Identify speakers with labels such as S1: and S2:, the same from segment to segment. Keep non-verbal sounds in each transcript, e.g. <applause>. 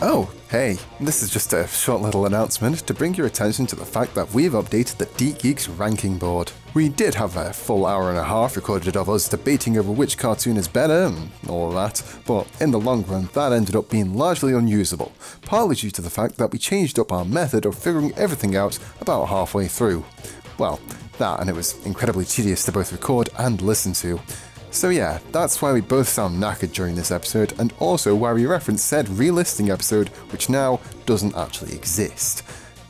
S1: Oh, hey, this is just a short little announcement to bring your attention to the fact that we've updated the Deep Geeks ranking board. We did have a full hour and a half recorded of us debating over which cartoon is better and all that, but in the long run, that ended up being largely unusable, partly due to the fact that we changed up our method of figuring everything out about halfway through. Well, that and it was incredibly tedious to both record and listen to. So yeah, that's why we both sound knackered during this episode, and also why we reference said relisting episode, which now doesn't actually exist.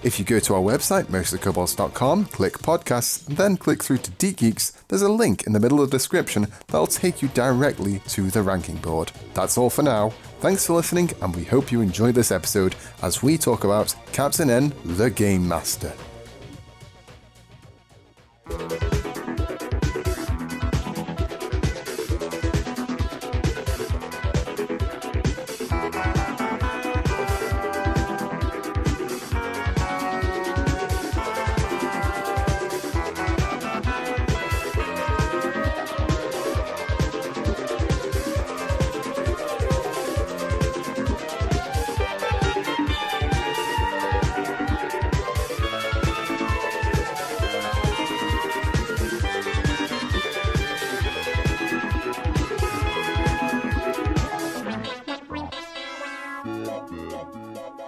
S1: If you go to our website, mostlykobolds.com, click podcasts, and then click through to Deep Geeks, there's a link in the middle of the description that'll take you directly to the ranking board. That's all for now. Thanks for listening, and we hope you enjoy this episode as we talk about Captain N, the Game Master.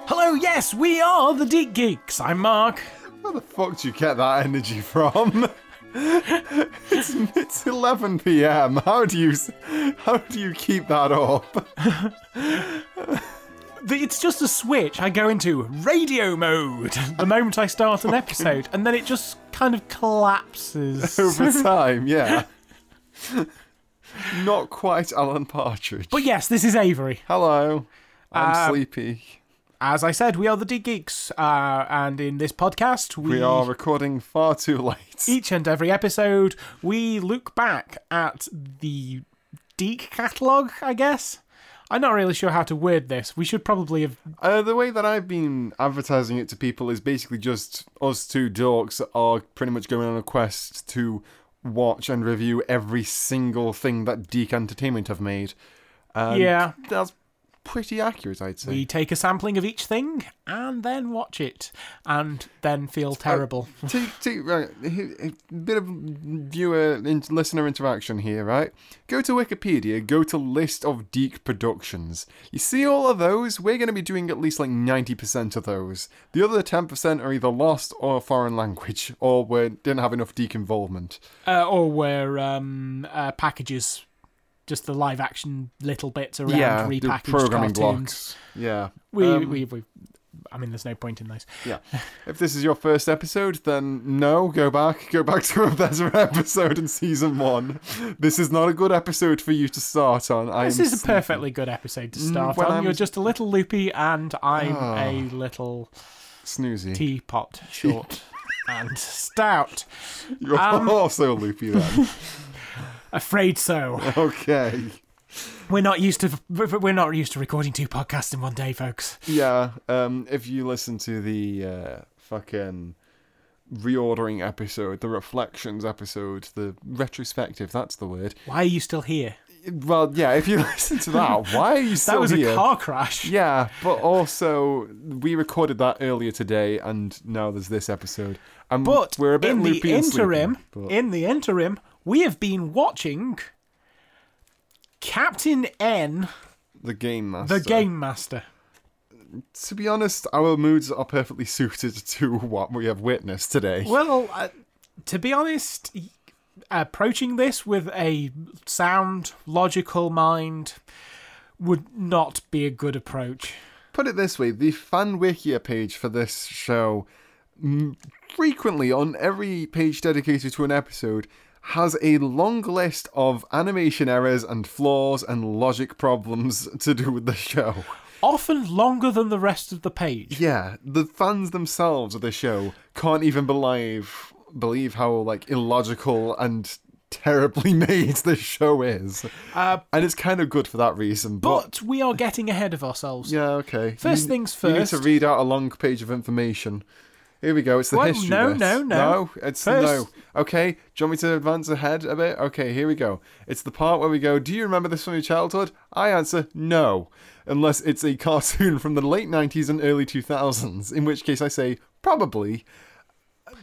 S2: Hello, yes, we are the Deep Geeks. I'm Mark.
S1: Where the fuck do you get that energy from? <laughs> it's, it's 11 p.m. How do you s- how do you keep that up? <laughs>
S2: The- It's just a switch. I go into radio mode <laughs> the moment I start an episode, and then it just kind of <laughs> collapses.
S1: Over time, yeah. Not quite Alan Partridge.
S2: But yes, this is Avery.
S1: Hello. I'm
S2: Um,
S1: sleepy.
S2: As I said, we are the Deep Geeks, uh, and in this podcast, we,
S1: We are recording far too late.
S2: each and every episode we look back at the Deek catalog. I guess I'm not really sure how to word this. We should probably have
S1: Uh, the way that I've been advertising it to people is basically just us two dorks are pretty much going on a quest to watch and review every single thing that Deke Entertainment have made. And
S2: yeah.
S1: That's pretty accurate, I'd say.
S2: We take a sampling of each thing and then watch it and then feel terrible.
S1: Take, take, right, a bit of viewer in, listener interaction here, right? Go to Wikipedia, go to list of Deke productions. You see all of those? We're going to be doing at least like 90% of those. The other 10% are either lost or foreign language, or we didn't have enough Deke involvement.
S2: Uh, or where um, uh, packages, just the live action little bits around
S1: the
S2: repackaged
S1: programming
S2: cartoons.
S1: blocks. Yeah.
S2: We,
S1: Um,
S2: we, we, I mean, there's no point in those.
S1: Yeah. If this is your first episode, then no, go back. Go back to a better <laughs> episode in season one. This is not a good episode for you to start on. I
S2: This
S1: am
S2: is a
S1: sleepy.
S2: perfectly good episode to start
S1: when
S2: on.
S1: Mm, I'm- Ah.
S2: You're just a little loopy, and I'm a little
S1: snoozy. <laughs>
S2: teapot short and stout.
S1: You're <laughs>
S2: um,
S1: also loopy then. <laughs>
S2: Afraid so.
S1: okay.
S2: We're not used to we're not used to recording two podcasts in one day, folks.
S1: Yeah. Um. If you listen to the uh, fucking reordering episode, the reflections episode, the retrospective. That's the word.
S2: Why are you still here?
S1: Well, yeah. If you <laughs> listen to that, why are you still
S2: That was
S1: here?
S2: a car crash.
S1: Yeah, but also we recorded that earlier today, and now there's this episode. And
S2: But
S1: we're a bit
S2: in the
S1: loopy and sleepy,
S2: interim,
S1: but-
S2: in the interim, we have been watching Captain N,
S1: the game master.
S2: the Game Master.
S1: To be honest, our moods are perfectly <laughs> suited to what we have witnessed today.
S2: Well, uh, to be honest, y- approaching this with a sound, logical mind would not be a good approach.
S1: Put it this way: the fan wikia page for this show, m- frequently on every page dedicated to an episode. Has a long list of animation errors and flaws and logic problems <laughs> to do with the show.
S2: Often longer than the rest of the page.
S1: Yeah, the fans themselves of the show can't even believe believe how like illogical and terribly <laughs> made this show is,
S2: Uh,
S1: and it's kind of good for that reason. But,
S2: but we are getting ahead of ourselves.
S1: yeah, okay.
S2: First
S1: You-
S2: things
S1: You need to
S2: first.
S1: read out a long page of information. Here we go. It's the
S2: What?
S1: history.
S2: No,
S1: bit.
S2: no, no.
S1: No, it's
S2: First-
S1: no. Okay, do you want me to advance ahead a bit? Okay, here we go. It's the part where we go, Do you remember this from your childhood? I answer no, unless it's a <laughs> cartoon from the late 90s and early 2000s, in which case I say probably.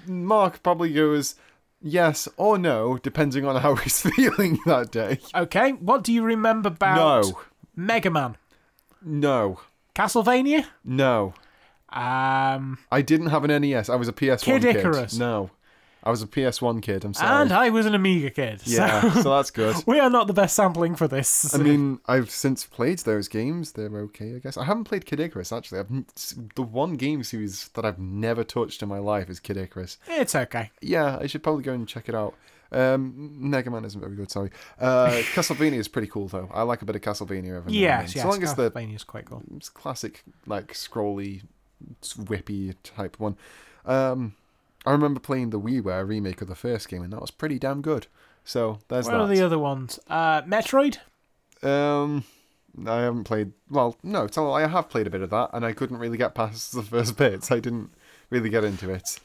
S1: Mark probably goes yes or no, depending on how <laughs> he's feeling that day.
S2: Okay, what do you remember about
S1: No.
S2: Mega Man?
S1: No,
S2: Castlevania?
S1: no.
S2: Um,
S1: I didn't have an NES. I was a PS1
S2: Kid
S1: kid.
S2: Icarus.
S1: No, I was a PS1 kid. I'm sorry.
S2: and I was an Amiga kid. So
S1: yeah, Um, so that's good.
S2: <laughs> we are not the best sampling for this.
S1: I mean, I've since played those games. They're okay, I guess. I haven't played Kid Icarus actually. I've, the one game series that I've never touched in my life is Kid Icarus.
S2: it's okay.
S1: Yeah, I should probably go and check it out. Um, Mega Man isn't very good, sorry. Uh,
S2: <laughs>
S1: Castlevania is pretty cool though. I like a bit of Castlevania every now and then.
S2: Yes, yes. oh,
S1: So long as the
S2: Castlevania's quite cool.
S1: it's classic, like scrolly, s- whippy type one. Um, I remember playing the WiiWare remake of the first game, and that was pretty damn good. So there's
S2: What are
S1: that.
S2: the other ones? Uh, Metroid?
S1: Um, I haven't played. Well, no, it's all, I have played a bit of that, and I couldn't really get past the first <laughs> bit. So I didn't really get into it.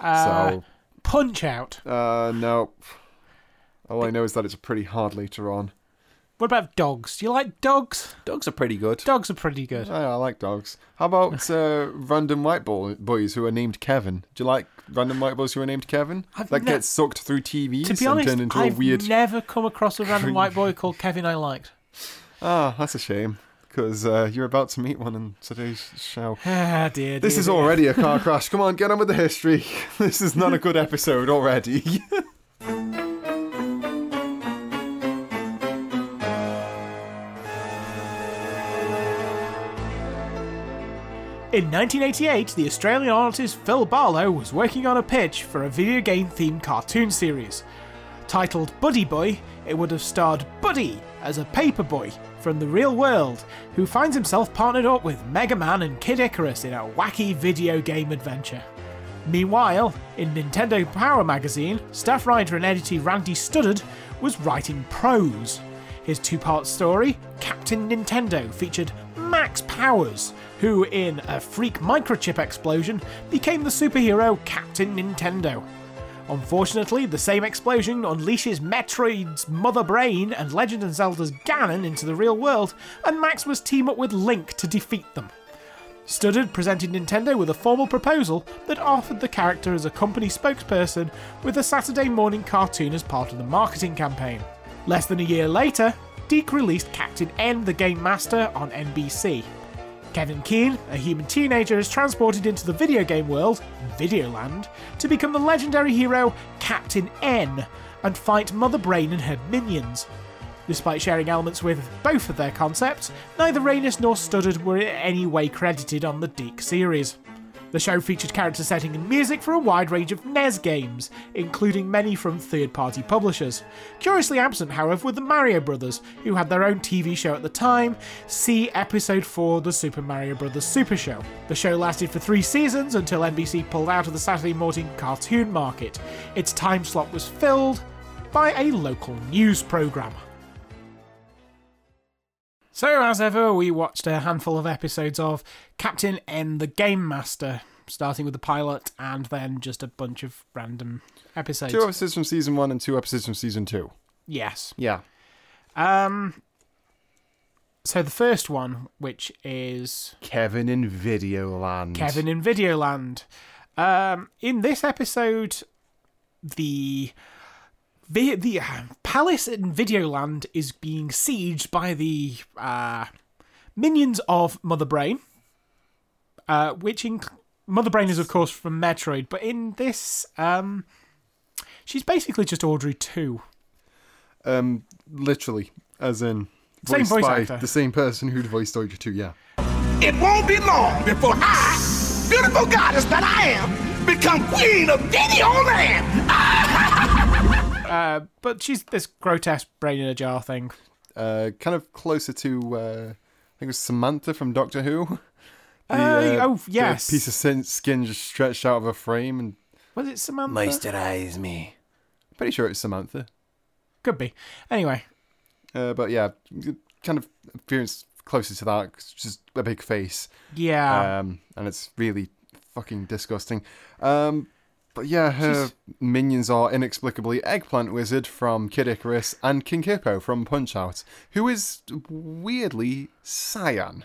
S2: Uh, Punch Out?
S1: so uh, no. All I know is that it's pretty hard later on.
S2: What about dogs? Do you like dogs?
S1: Dogs are pretty good.
S2: Dogs are pretty good.
S1: I, I like dogs. How
S2: <laughs>
S1: about uh, random white ball boys who are named Kevin? Do you like random white boys who are named Kevin?
S2: I've
S1: that
S2: ne-
S1: gets sucked through TVs
S2: To be
S1: and
S2: honest,
S1: turned into
S2: I've
S1: a weird.
S2: never come across a random white boy called Kevin
S1: <laughs>
S2: I liked.
S1: Ah, that's a shame because uh, you're about to meet one in today's show.
S2: Ah, dear,
S1: This
S2: dear,
S1: is
S2: dear.
S1: already a
S2: <laughs>
S1: car crash. Come on, get on with the history. <laughs> This is not a good episode
S2: <laughs>
S1: already.
S2: In 1988, the Australian artist Phil Barlow was working on a pitch for a video game themed cartoon series. Titled Buddy Boy, it would have starred Buddy as a paper boy from the real world who finds himself partnered up with Mega Man and Kid Icarus in a wacky video game adventure. Meanwhile, in Nintendo Power magazine, staff writer and editor Randy Studdard was writing prose. His two part story, Captain Nintendo, featured Max Powers, who, in a freak microchip explosion, became the superhero Captain Nintendo. Unfortunately, the same explosion unleashes Metroid's Mother Brain and Legend of Zelda's Ganon into the real world, and Max must team up with Link to defeat them. Studdard presented Nintendo with a formal proposal that offered the character as a company spokesperson with a Saturday morning cartoon as part of the marketing campaign. Less than a year later, Deke released Captain N the Game Master on NBC. Kevin Keane, a human teenager, is transported into the video game world, Videoland, to become the legendary hero Captain N and fight Mother Brain and her minions. Despite sharing elements with both of their concepts, neither Rainus nor Studdard were in any way credited on the Deke series. The show featured character setting and music for a wide range of NES games, including many from third party publishers. Curiously absent, however, were the Mario Brothers, who had their own TV show at the time. See Episode 4 The Super Mario Brothers Super Show. The show lasted for three seasons until NBC pulled out of the Saturday morning cartoon market. Its time slot was filled by a local news programme. So, as ever, we watched a handful of episodes of Captain N the Game Master, starting with the pilot and then just a bunch of random episodes.
S1: two episodes from season one and two episodes from season two.
S2: Yes.
S1: Yeah.
S2: Um. So, the first one, which is
S1: Kevin in Videoland.
S2: Kevin in Videoland. Um, in this episode, the the, the uh, palace in Videoland is being sieged by the uh, minions of Mother Brain, uh, which inc- Mother Brain is of course from Metroid, but in this, um, she's basically just Audrey too.
S1: Um, literally, as in
S2: Same
S1: voiced
S2: voice
S1: by
S2: actor.
S1: the same person who'd voiced Deutsche too. Yeah.
S3: It won't be long before I, beautiful goddess that I am, become queen of Videoland.
S2: But she's this grotesque brain in a jar thing.
S1: Uh, kind of closer to uh, I think it was Samantha from Doctor Who. <laughs> The,
S2: Uh, oh,
S1: the
S2: yes.
S1: piece of sin- skin just stretched out of a frame, and
S2: Was it Samantha?
S3: Moisturize me.
S1: pretty sure it's Samantha.
S2: Could be. Anyway,
S1: Uh, but yeah, kind of appearance closer to that. 'cause it's just a big face.
S2: yeah.
S1: um, and it's really fucking disgusting. Um, but yeah, her minions are inexplicably Eggplant Wizard from Kid Icarus and King Hippo from Punch Out, who is weirdly Cyan.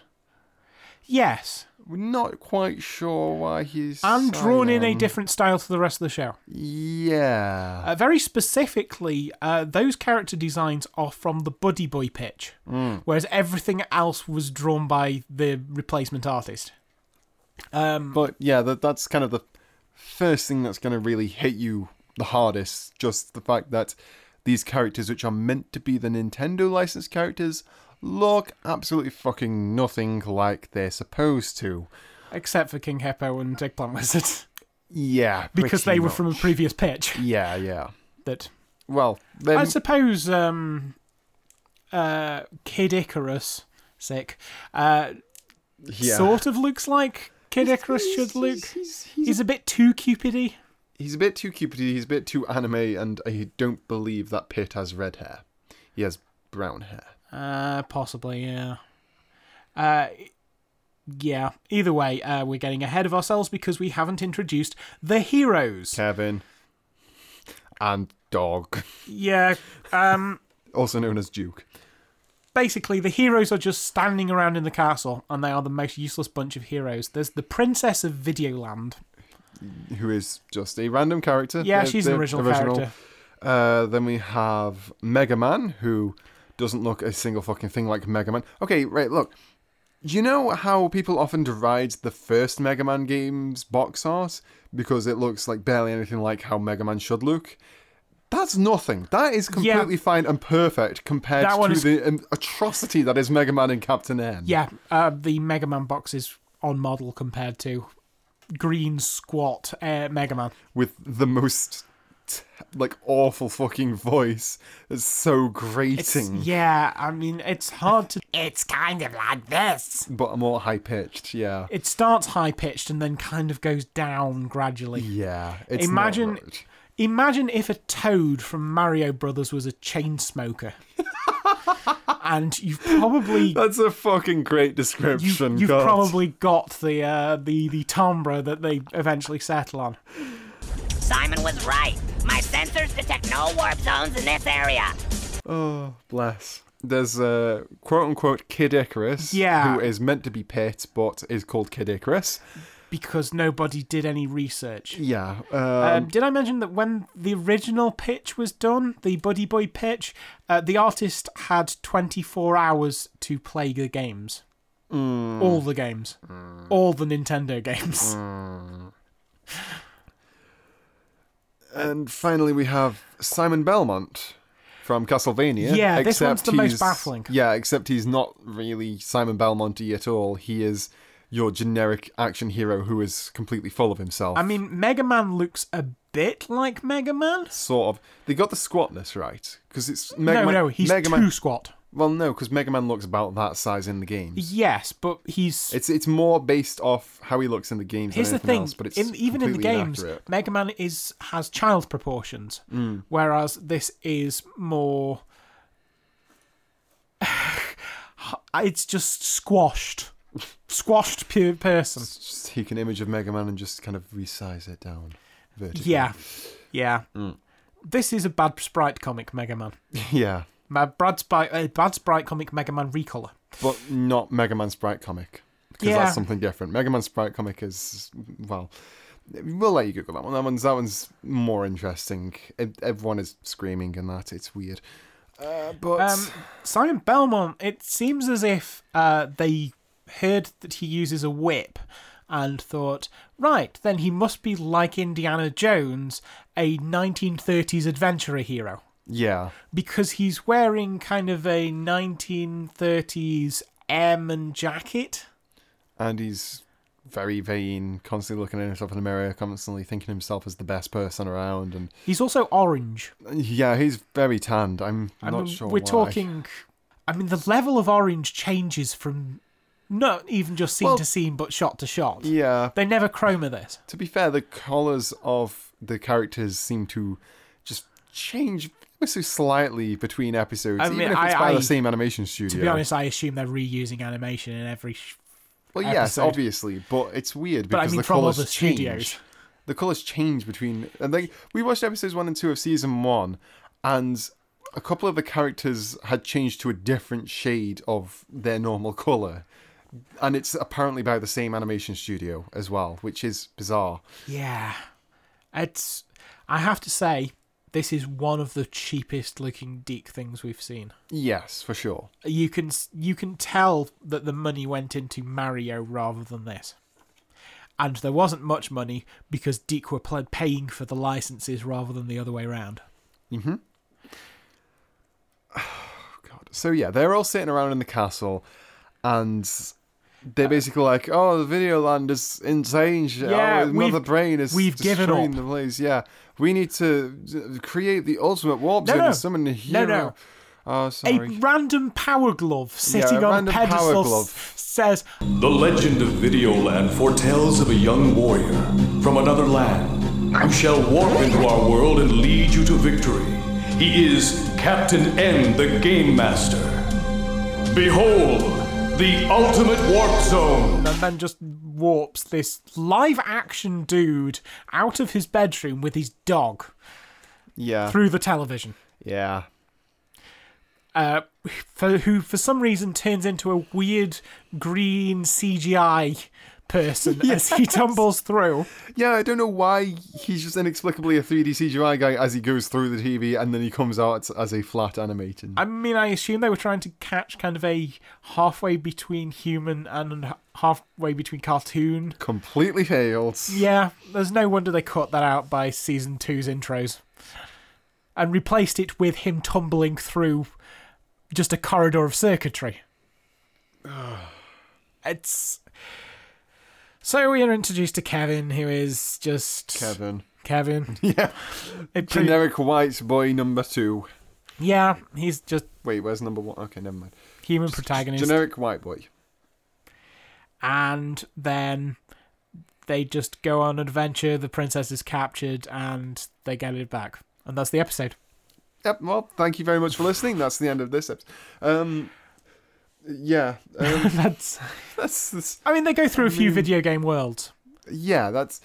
S2: Yes.
S1: We're not quite sure why he's
S2: And drawn in a
S1: Cyan.
S2: different style to the rest of the show.
S1: yeah.
S2: Uh, very specifically, uh, those character designs are from the Buddy Boy pitch,
S1: Mm.
S2: whereas everything else was drawn by the replacement artist.
S1: But yeah, that that's kind of the first thing that's going to really hit you the hardest. Just the fact that these characters, which are meant to be the Nintendo licensed characters, look absolutely fucking nothing like they're supposed to.
S2: Except for King Heppo and Eggplant Wizard, <laughs>
S1: Yeah,
S2: because
S1: pretty
S2: they were
S1: much.
S2: from a previous pitch.
S1: Yeah, yeah.
S2: That
S1: Well, then
S2: I suppose um, uh, Kid Icarus, sick, uh,
S1: yeah.
S2: sort of looks like Kid Icarus should look.
S1: He's, he's, he's,
S2: He's a bit too cupidy.
S1: he's a bit too cupidy. He's a bit too anime, and I don't believe that Pit has red hair. He has brown hair.
S2: Uh, possibly, yeah. Uh, yeah. Either way, uh, we're getting ahead of ourselves because we haven't introduced the heroes.
S1: Kevin and Dog, <laughs>
S2: Yeah. Um.
S1: also known as Duke.
S2: Basically, the heroes are just standing around in the castle, and they are the most useless bunch of heroes. There's the Princess of Videoland.
S1: who is just a random character.
S2: Yeah,
S1: The-
S2: she's
S1: the
S2: an original, character.
S1: Uh, then we have Mega Man, who doesn't look a single fucking thing like Mega Man. Okay, right, look. You know how people often deride the first Mega Man game's box art because it looks like barely anything like how Mega Man should look? That's nothing. That is completely fine and perfect compared
S2: That one
S1: to
S2: is-
S1: the um, atrocity that is Mega Man and Captain N.
S2: Yeah, uh, the Mega Man box is on model compared to green squat uh, Mega Man.
S1: with the most t- like awful fucking voice. It's so grating,
S2: Yeah, I mean it's hard to.
S4: It's kind of like this.
S1: but more high pitched. Yeah,
S2: It starts high pitched and then kind of goes down gradually.
S1: yeah. It's not
S2: Imagine-
S1: good.
S2: Imagine if a toad from Mario Brothers was a
S1: <laughs>
S2: chain smoker. and you've probably
S1: that's a fucking great
S2: you've,
S1: description.
S2: you've
S1: God.
S2: probably got the uh, the the timbre that they eventually settle on.
S4: Simon was right. My sensors detect no warp zones in this area.
S1: oh bless. There's a quote unquote Kid Icarus,
S2: Yeah.
S1: who is meant to be Pit, but is called Kid Icarus.
S2: Because nobody did any research.
S1: Yeah, um,
S2: Um, did I mention that when the original pitch was done, the Buddy Boy pitch, uh, the artist had 24 hours to play the games?
S1: Mm.
S2: All the games. All the Nintendo games.
S1: and finally we have Simon Belmont from Castlevania.
S2: Yeah, this
S1: except
S2: one's the most
S1: he's-
S2: baffling.
S1: Yeah, except he's not really Simon Belmonty at all. He is your generic action hero who is completely full of himself.
S2: I mean, Mega Man looks a bit like Mega Man.
S1: sort of. They got the squatness right because it's Mega
S2: no,
S1: Man.
S2: no, he's
S1: Mega
S2: too
S1: Man.
S2: squat.
S1: Well, no, because Mega Man looks about that size in the games.
S2: Yes, but he's.
S1: It's it's more based off how he looks in the games.
S2: Here's
S1: than
S2: the
S1: anything
S2: thing:
S1: else, but it's
S2: in, even in the
S1: completely
S2: games,
S1: inaccurate. Mm.
S2: Mega Man is has child proportions, whereas this is more. <sighs> it's just squashed, squashed
S1: <laughs>
S2: pure person.
S1: It's just take an image of Mega Man and just kind of resize it down vertically.
S2: Yeah, yeah.
S1: Mm.
S2: This is a bad sprite comic Mega Man.
S1: <laughs> yeah.
S2: Ma- Bad sprite, uh, bad sprite comic Mega Man recolor.
S1: but not Mega Man Sprite comic because
S2: Yeah.
S1: that's something different. Mega Man Sprite comic is well, we'll let you Google that one. That one's that one's more interesting. E- Everyone is screaming and that it's weird. Uh, but
S2: Um, Simon Belmont, it seems as if uh, they heard that he uses a whip and thought, right, then he must be like Indiana Jones, a 1930s adventurer hero.
S1: yeah,
S2: Because he's wearing kind of a 1930s airman jacket.
S1: and he's very vain, constantly looking at himself in the mirror, constantly thinking himself as the best person around, and
S2: He's also orange.
S1: yeah, he's very tanned. I'm
S2: I
S1: not
S2: mean,
S1: sure.
S2: we're
S1: why.
S2: talking. I mean, the level of orange changes from not even just scene
S1: Well-
S2: to scene, but shot to shot.
S1: Yeah,
S2: They never chroma this.
S1: To be fair, the colours of the characters seem to just change ever so slightly between episodes,
S2: I
S1: even
S2: mean,
S1: if it's
S2: I-
S1: by
S2: I-
S1: the same animation studio.
S2: To be honest, I assume they're reusing animation in every sh-
S1: Well, yes,
S2: episode.
S1: obviously, but it's weird
S2: I
S1: because
S2: mean
S1: the
S2: from
S1: colors
S2: other
S1: change.
S2: studios.
S1: The colors change between, and like we watched episodes one and two of season one, and a couple of the characters had changed to a different shade of their normal color, and it's apparently by the same animation studio as well, which is bizarre.
S2: Yeah. It's I have to say, this is one of the cheapest looking Deke things we've seen.
S1: Yes, for sure.
S2: You can s- you can tell that the money went into Mario rather than this. And there wasn't much money because Deke were pl- paying for the licenses rather than the other way around.
S1: God. So yeah, they're all sitting around in the castle, and
S2: Uh,
S1: they're basically like, "Oh, the video land is insane.
S2: Yeah,
S1: Yeah,
S2: we've-
S1: another brain is
S2: we've given
S1: destroying
S2: up."
S1: the place. Yeah, we need to d- create the ultimate warp
S2: No,
S1: zone
S2: no.
S1: and summon a
S2: No,
S1: hero."
S2: no.
S1: Oh,
S2: A
S1: sorry.
S2: random power glove
S1: a
S2: sitting on a
S1: random power
S2: pedestal s-
S1: glove.
S2: says,
S5: The legend of Videoland foretells of a young warrior from another land who shall warp into our world and lead you to victory. He is Captain N, the Game Master. Behold, the ultimate warp zone.
S2: and then just warps this live action dude out of his bedroom with his dog
S1: yeah,
S2: through the television.
S1: yeah,
S2: Uh, for, who for some reason turns into a weird green CGI person as he tumbles through.
S1: yeah. I don't know why he's just inexplicably a 3D CGI guy as he goes through the TV, and then he comes out as a flat animated.
S2: I mean, I assume they were trying to catch kind of a halfway between human and h- halfway between cartoon.
S1: Completely failed.
S2: Yeah, there's no wonder they cut that out by season two's intros and replaced it with him tumbling through just a corridor of
S1: <sighs>
S2: circuitry. it's. So we are introduced to Kevin, who is just.
S1: Kevin. <laughs>
S2: Kevin.
S1: Yeah,
S2: It pre-
S1: generic white boy number two.
S2: yeah, he's just
S1: Wait, where's number one? Okay, never mind.
S2: human protagonist.
S1: Generic white boy.
S2: and then they just go on an adventure. The princess is captured, and they get it back, and that's the episode.
S1: Yep. Well, thank you very much for listening. That's the end of this episode. Um, yeah. Um,
S2: <laughs> That's.
S1: that's, that's
S2: I mean, they go through a
S1: Mm.
S2: few video game worlds.
S1: yeah. That's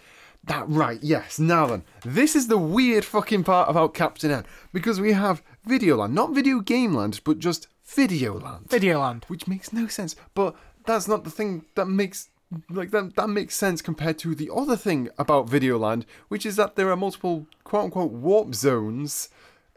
S1: that. Right. Yes. Now then, this is the weird fucking part about Captain N because we have Videoland, not Video Game Land, but just Videoland,
S2: Videoland.
S1: which makes no sense. But that's not the thing that makes. Like that, that makes sense compared to the other thing about Videoland, which is that there are multiple quote unquote warp zones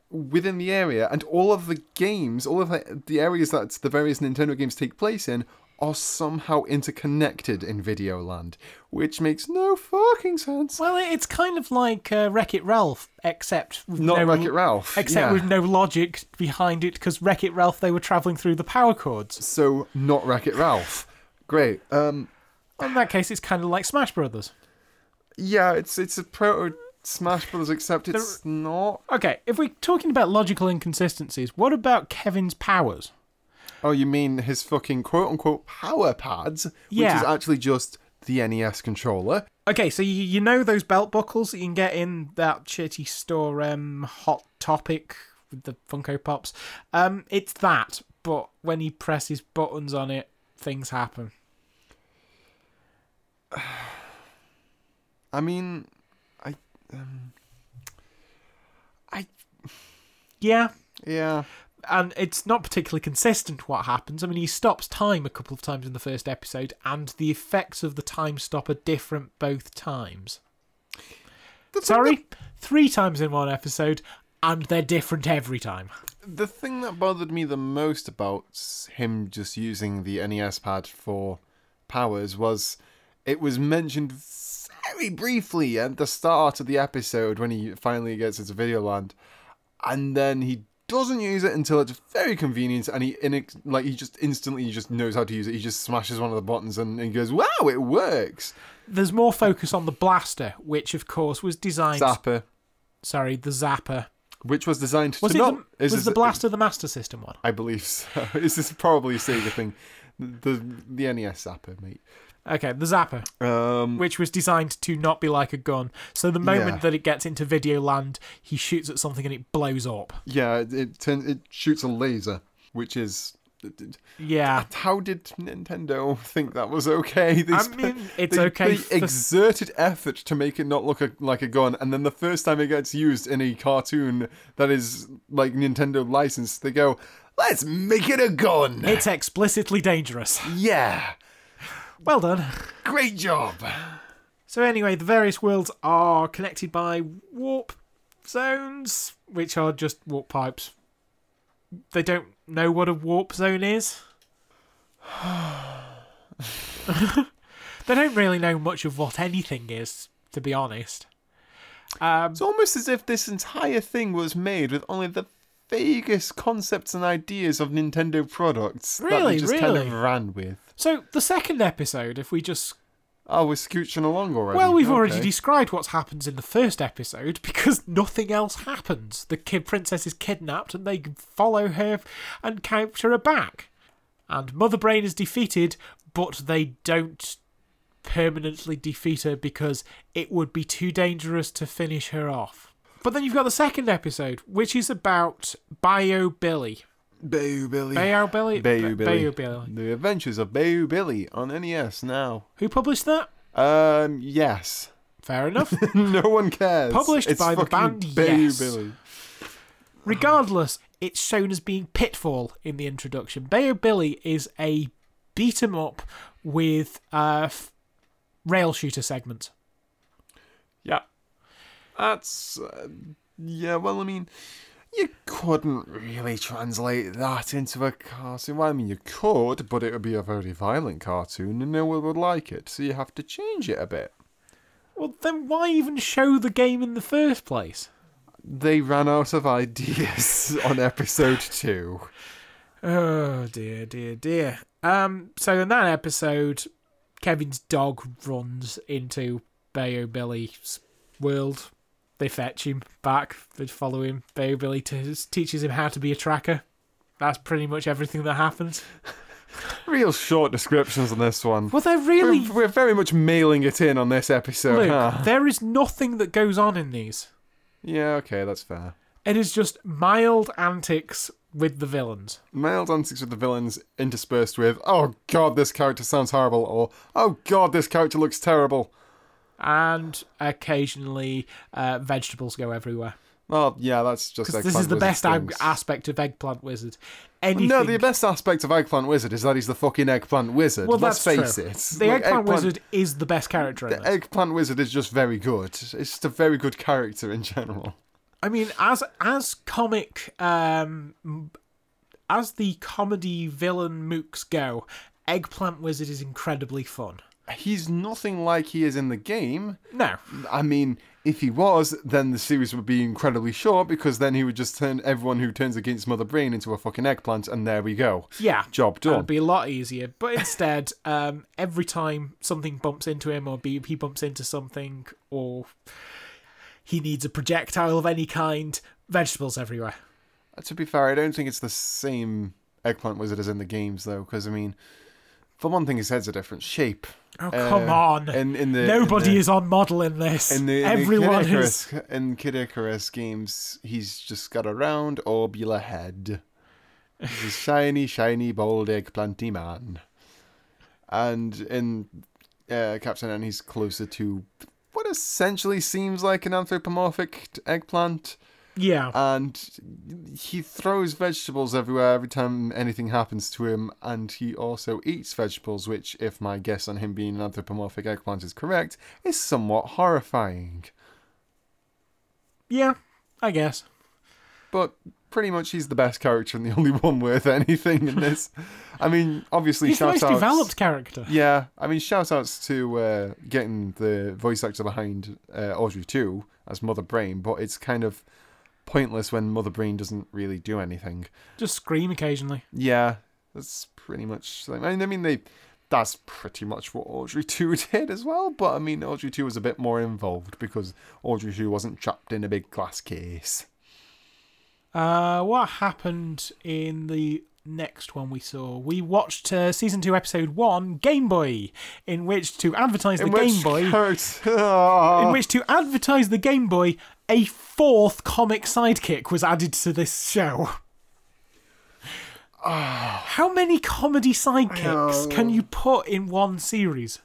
S1: within the area, and all of the games, all of the, the areas that the various Nintendo games take place in, are somehow interconnected in Videoland, which makes no fucking sense.
S2: Well, it- it's kind of like uh, Wreck It Ralph, except with
S1: Not
S2: no,
S1: Wreck-It Ralph,
S2: except
S1: yeah.
S2: with no logic behind it, because Wreck It Ralph they were traveling through the power cords.
S1: So not Wreck It Ralph. Great. Um,
S2: In that case, it's kind of like Smash Brothers.
S1: yeah, it's it's a proto Smash Brothers, except it's not.
S2: Okay, if we're talking about logical inconsistencies, what about Kevin's powers?
S1: Oh, you mean his fucking quote unquote power pads, which
S2: Yeah.
S1: is actually just the NES controller.
S2: Okay, so you, you know those belt buckles that you can get in that shitty store, um, Hot Topic with the Funko Pops. Um, it's that, but when he presses buttons on it, things happen.
S1: I mean, I, um, I,
S2: Yeah,
S1: yeah.
S2: and it's not particularly consistent what happens. I mean, he stops time a couple of times in the first episode, and the effects of the time stop are different both times. Sorry, three times in one episode, and they're different every time.
S1: The thing that bothered me the most about s- him just using the NES pad for powers was it was mentioned very briefly at the start of the episode when he finally gets into Videoland, and then he doesn't use it until it's very convenient, and he inex- like he just instantly just knows how to use it. He just smashes one of the buttons and, and goes, "Wow, it works!"
S2: There's more focus on the blaster, which of course was designed.
S1: Zapper,
S2: Sorry, the zapper.
S1: which was designed
S2: Was
S1: to
S2: it
S1: not
S2: the,
S1: is
S2: was
S1: this-
S2: the blaster the Master System one?
S1: I believe so. <laughs> this is probably a Sega thing. The the E NES Zapper, mate.
S2: Okay, the zapper,
S1: Um,
S2: which was designed to not be like a gun. So the
S1: Yeah.
S2: moment that it gets into video land, he shoots at something and it blows up.
S1: yeah, it it, turn, it shoots a laser, which is
S2: Yeah.
S1: How did Nintendo think that was okay? <laughs> They
S2: I
S1: spe-
S2: mean, it's
S1: they-
S2: okay
S1: They
S2: for-
S1: exerted effort to make it not look a, like a gun, and then the first time it gets used in a cartoon that is like Nintendo licensed, they go, "Let's make it a gun."
S2: It's explicitly dangerous.
S1: yeah,
S2: Well done.
S1: great job.
S2: So anyway, the various worlds are connected by warp zones, which are just warp pipes. They don't know what a warp zone is. <sighs> they don't really know much of what anything is, to be honest.
S1: It's almost as if this entire thing was made with only the vaguest concepts and ideas of Nintendo products that
S2: Really,
S1: they just kind
S2: really?
S1: of ran with.
S2: So the second episode, if we just
S1: Oh, we're scooching along already.
S2: well, we've already
S1: Okay.
S2: described what happens in the first episode because <laughs> nothing else happens. The kid princess is kidnapped, and they follow her and capture her back. And Mother Brain is defeated, but they don't permanently defeat her because it would be too dangerous to finish her off. But then you've got the second episode, which is about Bio Billy.
S1: Bayou Billy.
S2: Bio Billy.
S1: Bayou
S2: Ba-
S1: Billy.
S2: Bayou Billy.
S1: The Adventures of Bayou Billy on NES now.
S2: Who published that?
S1: Um, yes. <laughs>
S2: Fair enough.
S1: no one cares.
S2: Published
S1: It's
S2: by the
S1: fucking
S2: band
S1: Bayou
S2: Yes.
S1: Billy.
S2: Regardless, it's shown as being Pitfall in the introduction. Bayo Billy is a beat 'em up with a f- rail shooter segment.
S1: Yeah. That's. Uh, yeah, well, I mean, you couldn't really translate that into a cartoon. Well, I mean, you could, but it would be a very violent cartoon and no one would like it, so you have to change it a bit.
S2: Well, then why even show the game in the first place?
S1: They ran out of ideas <laughs> on episode two.
S2: Oh dear, dear, dear. Um, so in that episode, Kevin's dog runs into Bayo Billy's world. They fetch him back. They follow him. Bayo Billy t- teaches him how to be a tracker. That's pretty much everything that happens.
S1: Real short descriptions on this one.
S2: Well, they're really
S1: We're, we're very much mailing it in on this episode,
S2: Luke,
S1: huh?
S2: there is nothing that goes on in these.
S1: Yeah, okay, that's fair.
S2: It is just mild antics with the villains.
S1: Mailed antics with the villains interspersed with, oh god, this character sounds horrible, or oh god, this character looks terrible.
S2: And occasionally, uh, vegetables go everywhere.
S1: Well, yeah, that's just
S2: Because this
S1: Eggplant
S2: is the
S1: Wizard
S2: best ab-
S1: things.
S2: aspect of Eggplant Wizard. Anything.
S1: No, the best aspect of Eggplant Wizard is that he's the fucking Eggplant Wizard.
S2: well,
S1: Let's face
S2: that's true.
S1: it.
S2: The
S1: Like,
S2: Eggplant, Wizard is the best character in
S1: The
S2: this.
S1: Eggplant Wizard is just very good. It's just a very good character in general.
S2: I mean, as as comic, um, m- as the comedy villain mooks go, Eggplant Wizard is incredibly fun.
S1: He's nothing like he is in the game.
S2: No,
S1: I mean, if he was, then the series would be incredibly short because then he would just turn everyone who turns against Mother Brain into a fucking eggplant, and there we go.
S2: Yeah.
S1: Job
S2: It
S1: done.
S2: would be a lot easier. But instead, <laughs> um, every time something bumps into him or be- he bumps into something or he needs a projectile of any kind, vegetables everywhere.
S1: Uh, to be fair, I don't think it's the same eggplant wizard as in the games, though, because, I mean, for one thing, his head's a different shape.
S2: Oh, come on.
S1: Uh, In, in the,
S2: Nobody
S1: in the,
S2: is on model in this.
S1: In the, in
S2: Everyone
S1: the Kid
S2: is.
S1: Icarus, In Kid Icarus games, he's just got a round, orbular head. He's a shiny, shiny, bald eggplanty man. And in uh, Captain N, he's closer to what essentially seems like an anthropomorphic t- eggplant.
S2: Yeah.
S1: Uh, And he throws vegetables everywhere every time anything happens to him. And he also eats vegetables, which, if my guess on him being an anthropomorphic eggplant is correct, is somewhat horrifying.
S2: yeah, I guess.
S1: but pretty much he's the best character and the <laughs> only one worth anything in this. I mean, obviously,
S2: He's the
S1: shout
S2: most
S1: outs.
S2: developed character.
S1: Yeah, I mean, shout outs to uh, getting the voice actor behind uh, Audrey 2 as Mother Brain, but it's kind of pointless when Mother Brain doesn't really do anything.
S2: Just scream occasionally.
S1: Yeah, that's pretty much. I mean, I mean, they. That's pretty much what Audrey <laughs> 2 did as well, but I mean, Audrey 2 was a bit more involved because Audrey 2 wasn't trapped in a big glass case.
S2: Uh, what happened in the next one we saw? We watched uh, season two, episode one, Game Boy, in which Oh. to advertise the Game Boy, <laughs>
S1: Boy.
S2: in which to advertise the Game Boy, a <sighs> fourth comic sidekick was added to this show. How many comedy sidekicks can you put in one series?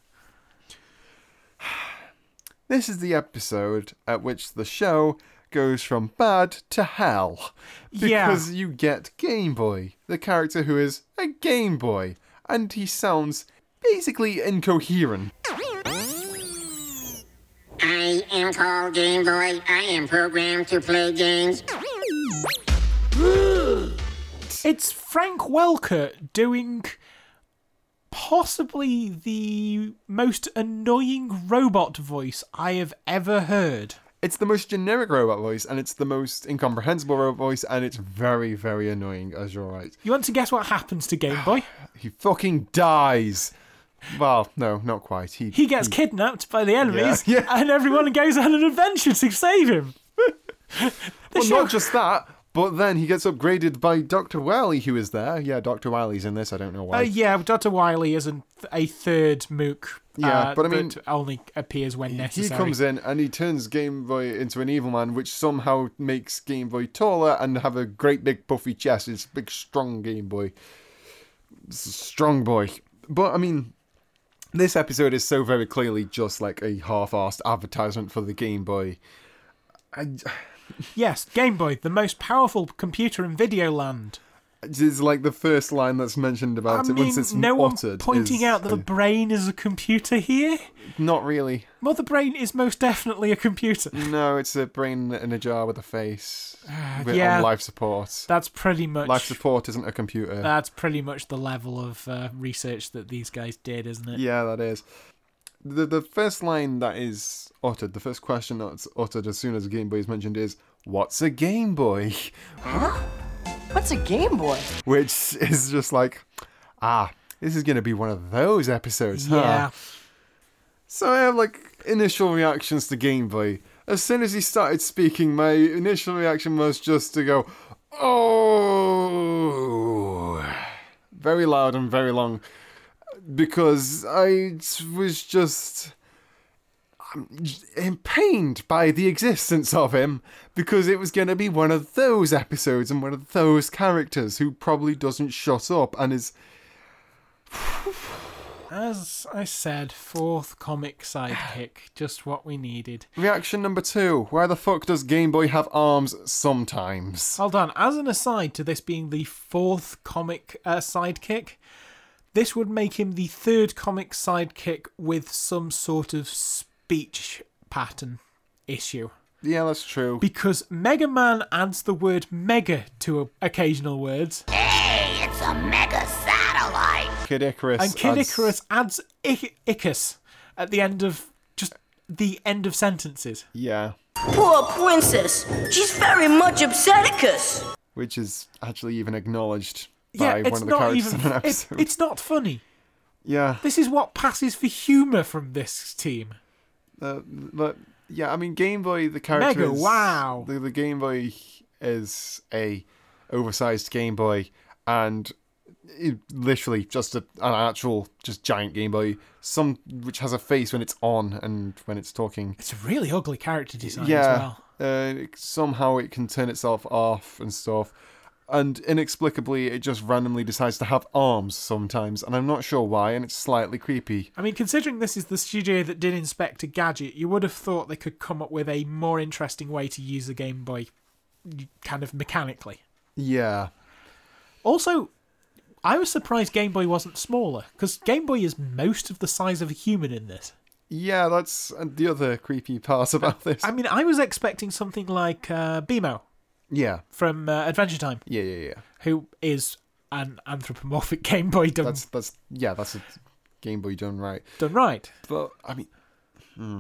S1: This is the episode at which the show goes from bad to hell.
S2: Yeah.
S1: Because you get Game Boy, the character who is a Game Boy, and he sounds basically incoherent.
S6: I am called Game Boy. I am programmed to play games.
S2: It's Frank Welker doing possibly the most annoying robot voice I have ever heard.
S1: It's the most generic robot voice, and it's the most incomprehensible robot voice, and it's very, very annoying, as you're right.
S2: You want to guess what happens to Game
S1: <sighs>
S2: Boy?
S1: He fucking dies. Well, no, not quite. He,
S2: He gets kidnapped by the enemies,
S1: Yeah, yeah.
S2: and everyone goes on an adventure to save him. The
S1: <laughs> Well,
S2: show-
S1: not just that, but then he gets upgraded by Dr. Wily, who is there. Yeah, Dr. Wily's in this. I don't know why.
S2: Uh, yeah, Dr. Wiley is an, a third mook.
S1: Yeah,
S2: uh,
S1: but I mean-
S2: that only appears when
S1: he
S2: necessary.
S1: comes in and he turns Game Boy into an evil man, which somehow makes Game Boy taller and have a great big puffy chest. It's a big, strong Game Boy. S- Strong boy. But I mean, this episode is so very clearly just like a half-assed advertisement for the Game Boy. I,
S2: Yes, Game Boy, the most powerful computer in video land.
S1: it's like the first line that's mentioned
S2: I
S1: about it
S2: mean,
S1: once it's
S2: no one
S1: uttered.
S2: pointing
S1: is-
S2: out that the brain is a computer here.
S1: Not really.
S2: Well, the brain is most definitely a computer.
S1: No, it's a brain in a jar with a
S2: <sighs>
S1: face with,
S2: yeah.
S1: on life support.
S2: That's pretty much
S1: Life support isn't a computer.
S2: that's pretty much the level of uh, research that these guys did, isn't
S1: <laughs>
S2: it?
S1: yeah, that is. The the first line that is uttered, the first question that's uttered as soon as Game Boy is mentioned is, "What's a Game Boy?" <laughs>
S7: What's a Game Boy?
S1: Which is just like, ah, this is gonna be one of those episodes, huh?
S2: Yeah.
S1: So I have like initial reactions to Game Boy. As soon as he started speaking, my initial reaction was just to go, oh, very loud and very long, because I was just I'm impaired by the existence of him because it was going to be one of those episodes and one of those characters who probably doesn't shut up and is
S2: As I said, fourth comic sidekick, <sighs> just what we needed.
S1: Reaction number two. Why the fuck does Game Boy have arms sometimes?
S2: Hold on. As an aside to this being the fourth comic uh, sidekick, this would make him the third comic sidekick with some sort of speech pattern issue.
S1: Yeah, that's true.
S2: Because Mega Man adds the word mega to a- occasional words,
S4: Hey, it's a mega satellite.
S1: Kid Icarus.
S2: and Kid
S1: adds-
S2: Icarus adds I- Icus at the end of just the end of sentences.
S1: Yeah.
S7: Poor princess. She's very much obsedicus.
S1: Which is actually even acknowledged
S2: Yeah,
S1: by one
S2: it's
S1: of the
S2: not
S1: characters
S2: even.
S1: in an
S2: It,
S1: episode.
S2: it's not funny.
S1: yeah.
S2: This is what passes for humour from this team.
S1: Uh, but yeah, I mean Game Boy the character
S2: Mega,
S1: is-
S2: wow.
S1: The, the Game Boy is a oversized Game Boy and it, literally just a, an actual just giant Game Boy some which has a face when it's on and when it's talking.
S2: It's a really ugly character design as well.
S1: Uh, it- somehow it can turn itself off and stuff. And inexplicably, it just randomly decides to have arms sometimes, and I'm not sure why, and it's slightly creepy.
S2: I mean, considering this is the studio that did Inspector Gadget, you would have thought they could come up with a more interesting way to use the Game Boy kind of mechanically.
S1: Yeah.
S2: Also, I was surprised Game Boy wasn't smaller, because Game Boy is most of the size of a human in this.
S1: Yeah, that's uh, the other creepy part <laughs> about this.
S2: I mean, I was expecting something like uh, Beemo
S1: yeah.
S2: from uh, Adventure Time,
S1: Yeah, yeah, yeah.
S2: who is an anthropomorphic <laughs> Game Boy done,
S1: That's, that's, yeah, that's a Game Boy done right.
S2: done right.
S1: But I mean, hmm.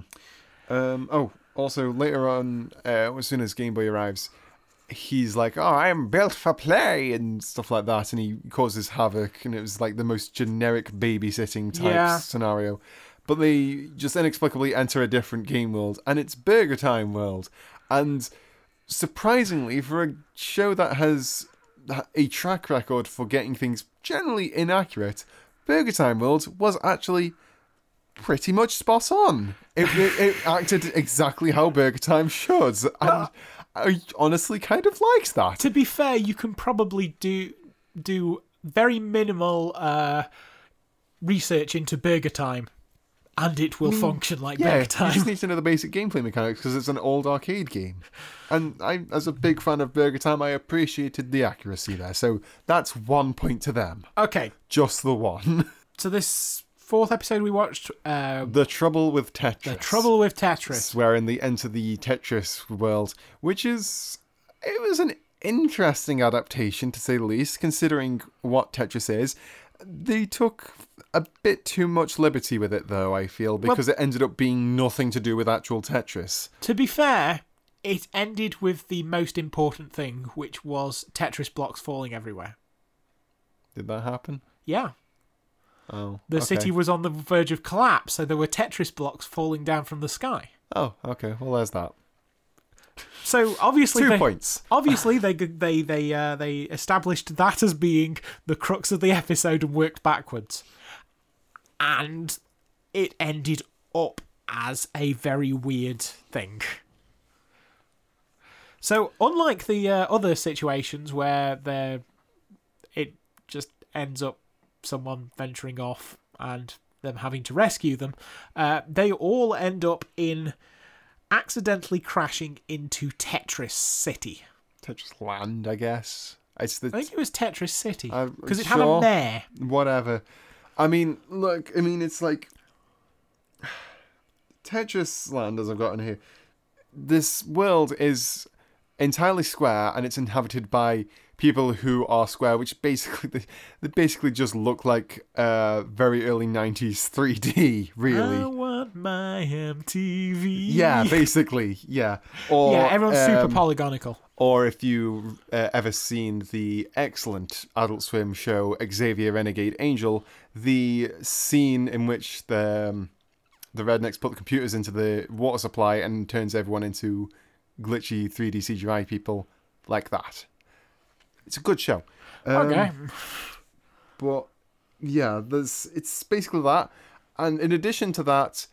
S1: um, oh, also later on, uh, as soon as Game Boy arrives, he's like, "Oh, I'm built for play" and stuff like that, and he causes havoc, and it was like the most generic babysitting type
S2: Yeah.
S1: scenario. But they just inexplicably enter a different game world, and it's Burger Time World, and surprisingly, for a show that has a track record for getting things generally inaccurate, Burger Time World was actually pretty much spot on. It, it, it acted exactly how Burger Time should, and I honestly kind of liked that.
S2: to be fair, you can probably do do very minimal uh, research into Burger Time, and it will function like
S1: Mm. Yeah,
S2: Burger
S1: you
S2: Time.
S1: just need to know the basic gameplay mechanics because it's an old arcade game. And I, as a big fan of Burger Time, I appreciated the accuracy there. So that's one point to them.
S2: <laughs> okay,
S1: Just the one. <laughs>
S2: so this fourth episode we watched, uh,
S1: the Trouble with Tetris. The
S2: Trouble with Tetris.
S1: Wherein they enter the Tetris world, which is. It was an interesting adaptation, to say the least, considering what Tetris is. They took a bit too much liberty with it, though, I feel, because it ended up being nothing to do with actual Tetris.
S2: To be fair, it ended with the most important thing, which was Tetris blocks falling everywhere.
S1: Did that happen?
S2: Yeah.
S1: Oh.
S2: The
S1: okay.
S2: city was on the verge of collapse, so there were Tetris blocks falling down from the sky.
S1: Oh, okay. Well, there's that.
S2: So obviously,
S1: Two
S2: they,
S1: points. <laughs>
S2: Obviously, they they they uh, they established that as being the crux of the episode and worked backwards, and it ended up as a very weird thing. So unlike the uh, other situations where there, it just ends up someone venturing off and them having to rescue them, uh, they all end up in accidentally crashing into Tetris City.
S1: Tetris Land, I guess. It's the
S2: I think it was Tetris City
S1: Uh,
S2: because it had a
S1: sure.
S2: mare.
S1: whatever. I mean, look. I mean, it's like <sighs> Tetris Land, as I've gotten here. This world is entirely square, and it's inhabited by people who are square, which basically they, they basically just look like uh, very early '90s 3D, really.
S2: I want my MTV. <laughs>
S1: yeah, basically, yeah. Or
S2: yeah. Everyone's super
S1: um,
S2: polygonical.
S1: or if you uh, ever seen the excellent Adult Swim show Xavier Renegade Angel, the scene in which the um, the rednecks put the computers into the water supply and turns everyone into glitchy 3D CGI people like that. It's a good show. Um,
S2: Okay.
S1: but yeah, there's it's basically that, and in addition to that,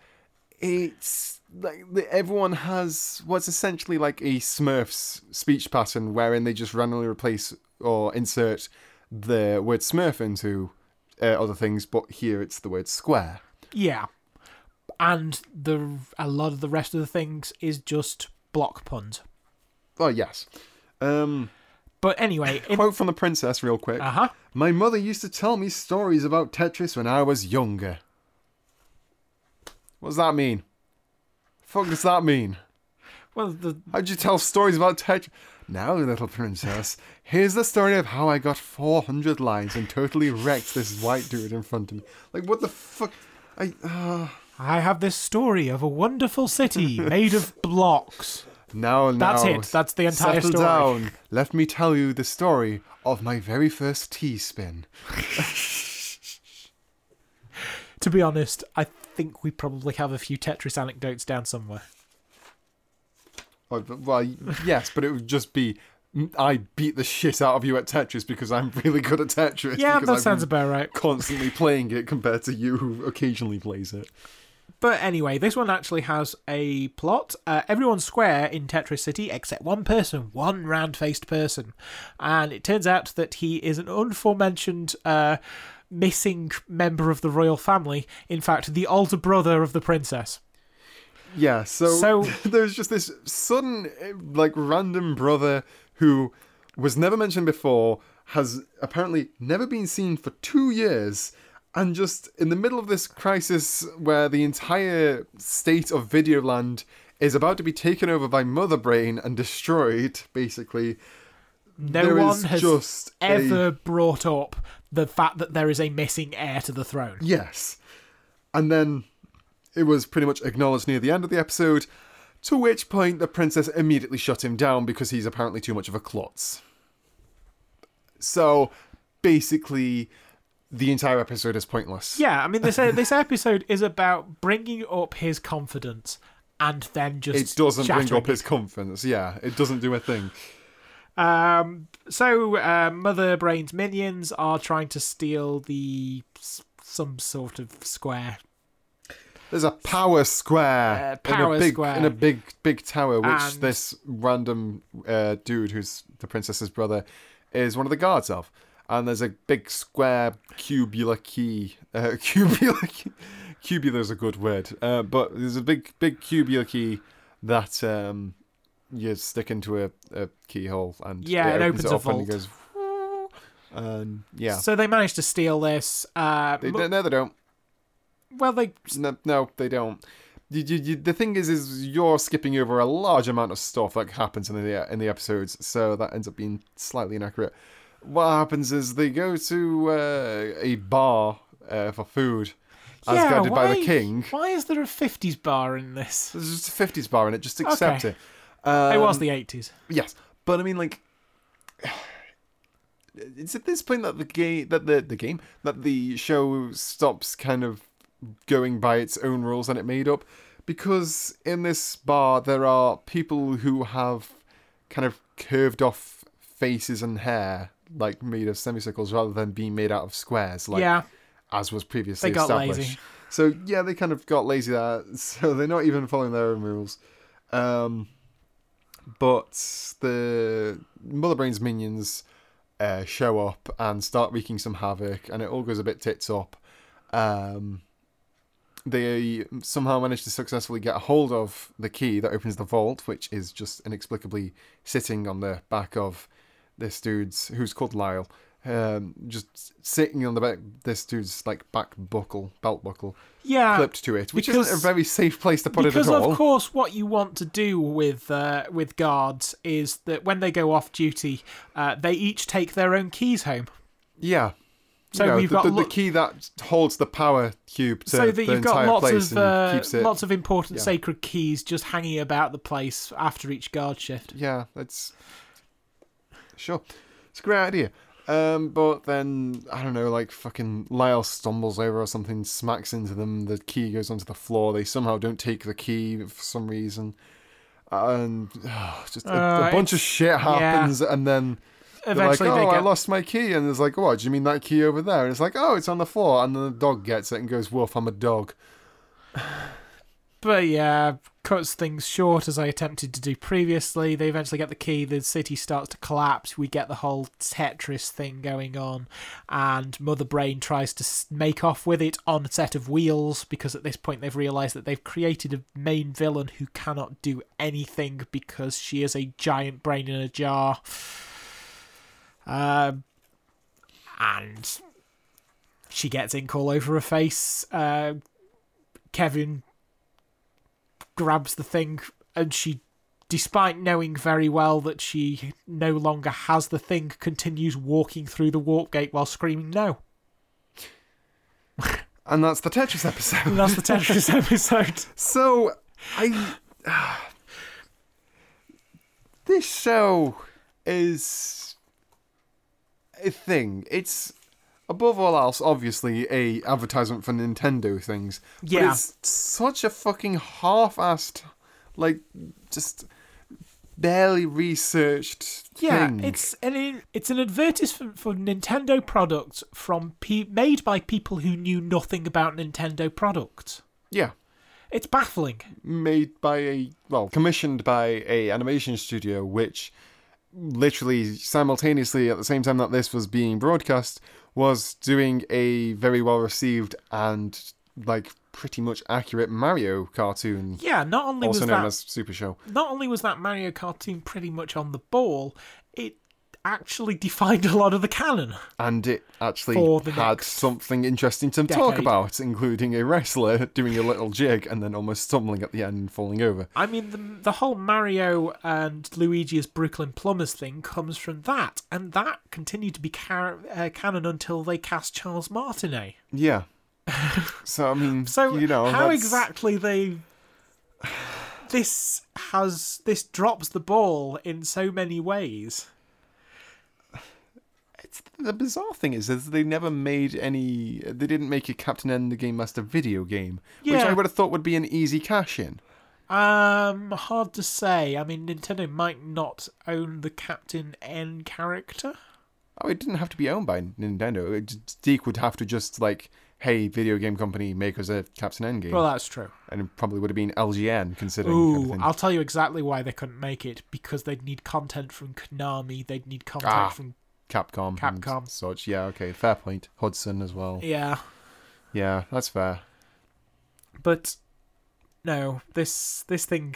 S1: it's like the- everyone has what's essentially like a Smurfs speech pattern, wherein they just randomly replace or insert the word Smurf into uh, other things, but here it's the word square.
S2: yeah. And the a lot of the rest of the things is just block puns.
S1: Oh yes. Um,
S2: But anyway,
S1: <laughs>
S2: in, <laughs>
S1: quote from the princess, real quick.
S2: uh-huh.
S1: My mother used to tell me stories about Tetris when I was younger. What does that mean? Fuck does that mean?
S2: Well, the
S1: How'd you tell stories about Tetris? Now, little princess, here's the story of how I got 400 lines and totally wrecked this white dude in front of me. Like, what the fuck? I. Uh...
S2: I have this story of a
S1: <laughs>
S2: wonderful city made of blocks.
S1: Now, now.
S2: That's it. That's the entire
S1: settle
S2: story.
S1: down. Let me tell you the story of my very first tea spin.
S2: To be honest, I think we probably have a few Tetris anecdotes down somewhere.
S1: Oh, but- Well, yes, but it would just be "Mm, I beat the shit out of you at Tetris because I'm really good at Tetris.
S2: Yeah,
S1: because
S2: that
S1: I've
S2: sounds
S1: been
S2: about right.
S1: Constantly playing it compared to you who occasionally plays it.
S2: But anyway, this one actually has a plot. Uh, everyone's square in Tetris City except one person, one round faced person. And it turns out that he is an unforementioned uh, missing member of the royal family. In fact, the older brother of the princess.
S1: Yeah, so,
S2: So-
S1: <laughs> there's just this sudden, eh, like, random brother who was never mentioned before, has apparently never been seen for two years, and just in the middle of this crisis where the entire state of Videoland is about to be taken over by Mother Brain and destroyed, basically.
S2: No
S1: There
S2: one
S1: is
S2: has
S1: just a-
S2: ever brought up the fact that there is a missing heir to the throne.
S1: Yes. And then it was pretty much acknowledged near the end of the episode, to which point the princess immediately shut him down because he's apparently too much of a klutz. So basically, the entire episode is pointless.
S2: Yeah, I mean, this, uh, this episode is about bringing up his confidence and then
S1: It
S2: just.
S1: doesn't bring
S2: shattering
S1: up his confidence. Yeah, it doesn't do a thing.
S2: Um, so uh, Mother Brain's minions are trying to steal the s- some sort of square,
S1: There's a power square,
S2: Uh, power
S1: in a big,
S2: square.
S1: in a big, big tower, which
S2: And-
S1: this random uh, dude, who's the princess's brother, is one of the guards of. and there's a big square cubular key. Uh, <laughs> cubular key. Cubular is a good word, uh, but there's a big, big cubular key that um, you stick into a, a keyhole and
S2: Yeah, it opens a
S1: up and
S2: vault.
S1: it goes. And yeah,
S2: So they managed to steal this. Uh,
S1: they,
S2: mo-
S1: no, they don't.
S2: well, they
S1: No, no, they don't. You, you, you, the thing is, is you're skipping over a large amount of stuff that happens in the in the episodes, so that ends up being slightly inaccurate. What happens is they go to uh, a bar uh, for food, as
S2: yeah,
S1: guided by the
S2: why-
S1: king.
S2: Why is there a fifties bar in this?
S1: There's just a fifties bar in it. Just accept
S2: Okay.
S1: it. Um,
S2: it was the eighties.
S1: yes, but I mean, like, it's at this point that the game that the the game that the show stops kind of going by its own rules that it made up, because in this bar there are people who have kind of curved off faces and hair, like made of semicircles rather than being made out of squares. Like,
S2: Yeah.
S1: as was previously
S2: They got
S1: established.
S2: lazy.
S1: So yeah, they kind of got lazy there. <laughs> So they're not even following their own rules. Um, but the Mother Brain's minions uh, show up and start wreaking some havoc, and it all goes a bit tits up. Um, they somehow manage to successfully get hold of the key that opens the vault, which is just inexplicably sitting on the back of this dude's, who's called Lyle, um, just sitting on the back this dude's like back buckle, belt buckle,
S2: Yeah,
S1: clipped to it, which isn't a
S2: because-
S1: very safe place to put it
S2: because
S1: at all.
S2: of course what you want to do with uh, with guards is that when they go off duty uh, they each take their own keys home
S1: Yeah.
S2: So
S1: You know,
S2: we've
S1: the,
S2: got
S1: the,
S2: lo-
S1: the key that holds the power cube to
S2: so that
S1: the
S2: you've got
S1: entire
S2: lots
S1: place
S2: of
S1: and
S2: uh,
S1: keeps it.
S2: lots of important
S1: yeah.
S2: sacred keys just hanging about the place after each guard shift
S1: yeah, that's sure. It's a great idea. Um, but then I don't know, like fucking Lyle stumbles over or something, smacks into them. The key goes onto the floor. They somehow don't take the key for some reason, and ah, just a,
S2: Uh,
S1: a bunch of shit happens. And then they're
S2: eventually
S1: like, "Oh,
S2: they
S1: I
S2: get
S1: lost my key," and it's like, "What? Do you mean that key over there?" And it's like, "Oh, it's on the floor." And then the dog gets it and goes, "Wolf, I'm a dog."
S2: but yeah cuts things short as i attempted to do previously they eventually get the key the city starts to collapse we get the whole tetris thing going on and mother brain tries to s- make off with it on a set of wheels because at this point they've realized that they've created a main villain who cannot do anything because she is a giant brain in a jar um, and she gets ink all over her face uh, kevin grabs the thing and she despite knowing very well that she no longer has the thing continues walking through the warp gate while screaming no
S1: And that's the Tetris episode.
S2: <laughs> and that's the tetris episode
S1: So I <sighs> this show is a thing. It's above all else, obviously, a advertisement for Nintendo things. But
S2: Yeah.
S1: it's such a fucking half-assed, like just barely researched
S2: yeah
S1: thing.
S2: it's an it's an advertisement for nintendo products from pe- made by people who knew nothing about nintendo products
S1: yeah.
S2: it's baffling
S1: made by a well commissioned by a animation studio which literally simultaneously at the same time that this was being broadcast was doing a very well received and like pretty much accurate Mario cartoon
S2: yeah not only
S1: also
S2: was
S1: known
S2: that
S1: as Super Show
S2: not only was that mario cartoon pretty much on the ball it actually defined a lot of the canon
S1: and it actually
S2: For the
S1: had
S2: next
S1: something interesting to talk
S2: decade.
S1: about including a wrestler <laughs> doing a little jig and then almost stumbling at the end and falling over
S2: I mean, the, the whole Mario and Luigi's Brooklyn Plumbers thing comes from that, and that continued to be car- uh, canon until they cast Charles Martinet. <laughs>
S1: yeah so I mean
S2: So,
S1: you know
S2: how
S1: that's-
S2: exactly they. This has. This drops the ball in so many ways.
S1: the bizarre thing is, is they never made any. They didn't make a Captain N the Game Master video game, which
S2: Yeah.
S1: I would have thought would be an easy cash in.
S2: Um, hard to say. I mean, Nintendo might not own the Captain N character.
S1: Oh, it didn't have to be owned by Nintendo. It, Deke would have to just like, hey, video game company, make us a Captain N game,
S2: Well, that's true.
S1: and it probably would have been LGN considering
S2: Ooh,
S1: everything.
S2: I'll tell you exactly why they couldn't make it because they'd need content from Konami, they'd need content
S1: Ah,
S2: from
S1: Capcom. and
S2: Capcom.
S1: such. Yeah, okay, fair point. Hudson as well.
S2: Yeah.
S1: Yeah, that's fair.
S2: But no, this this thing.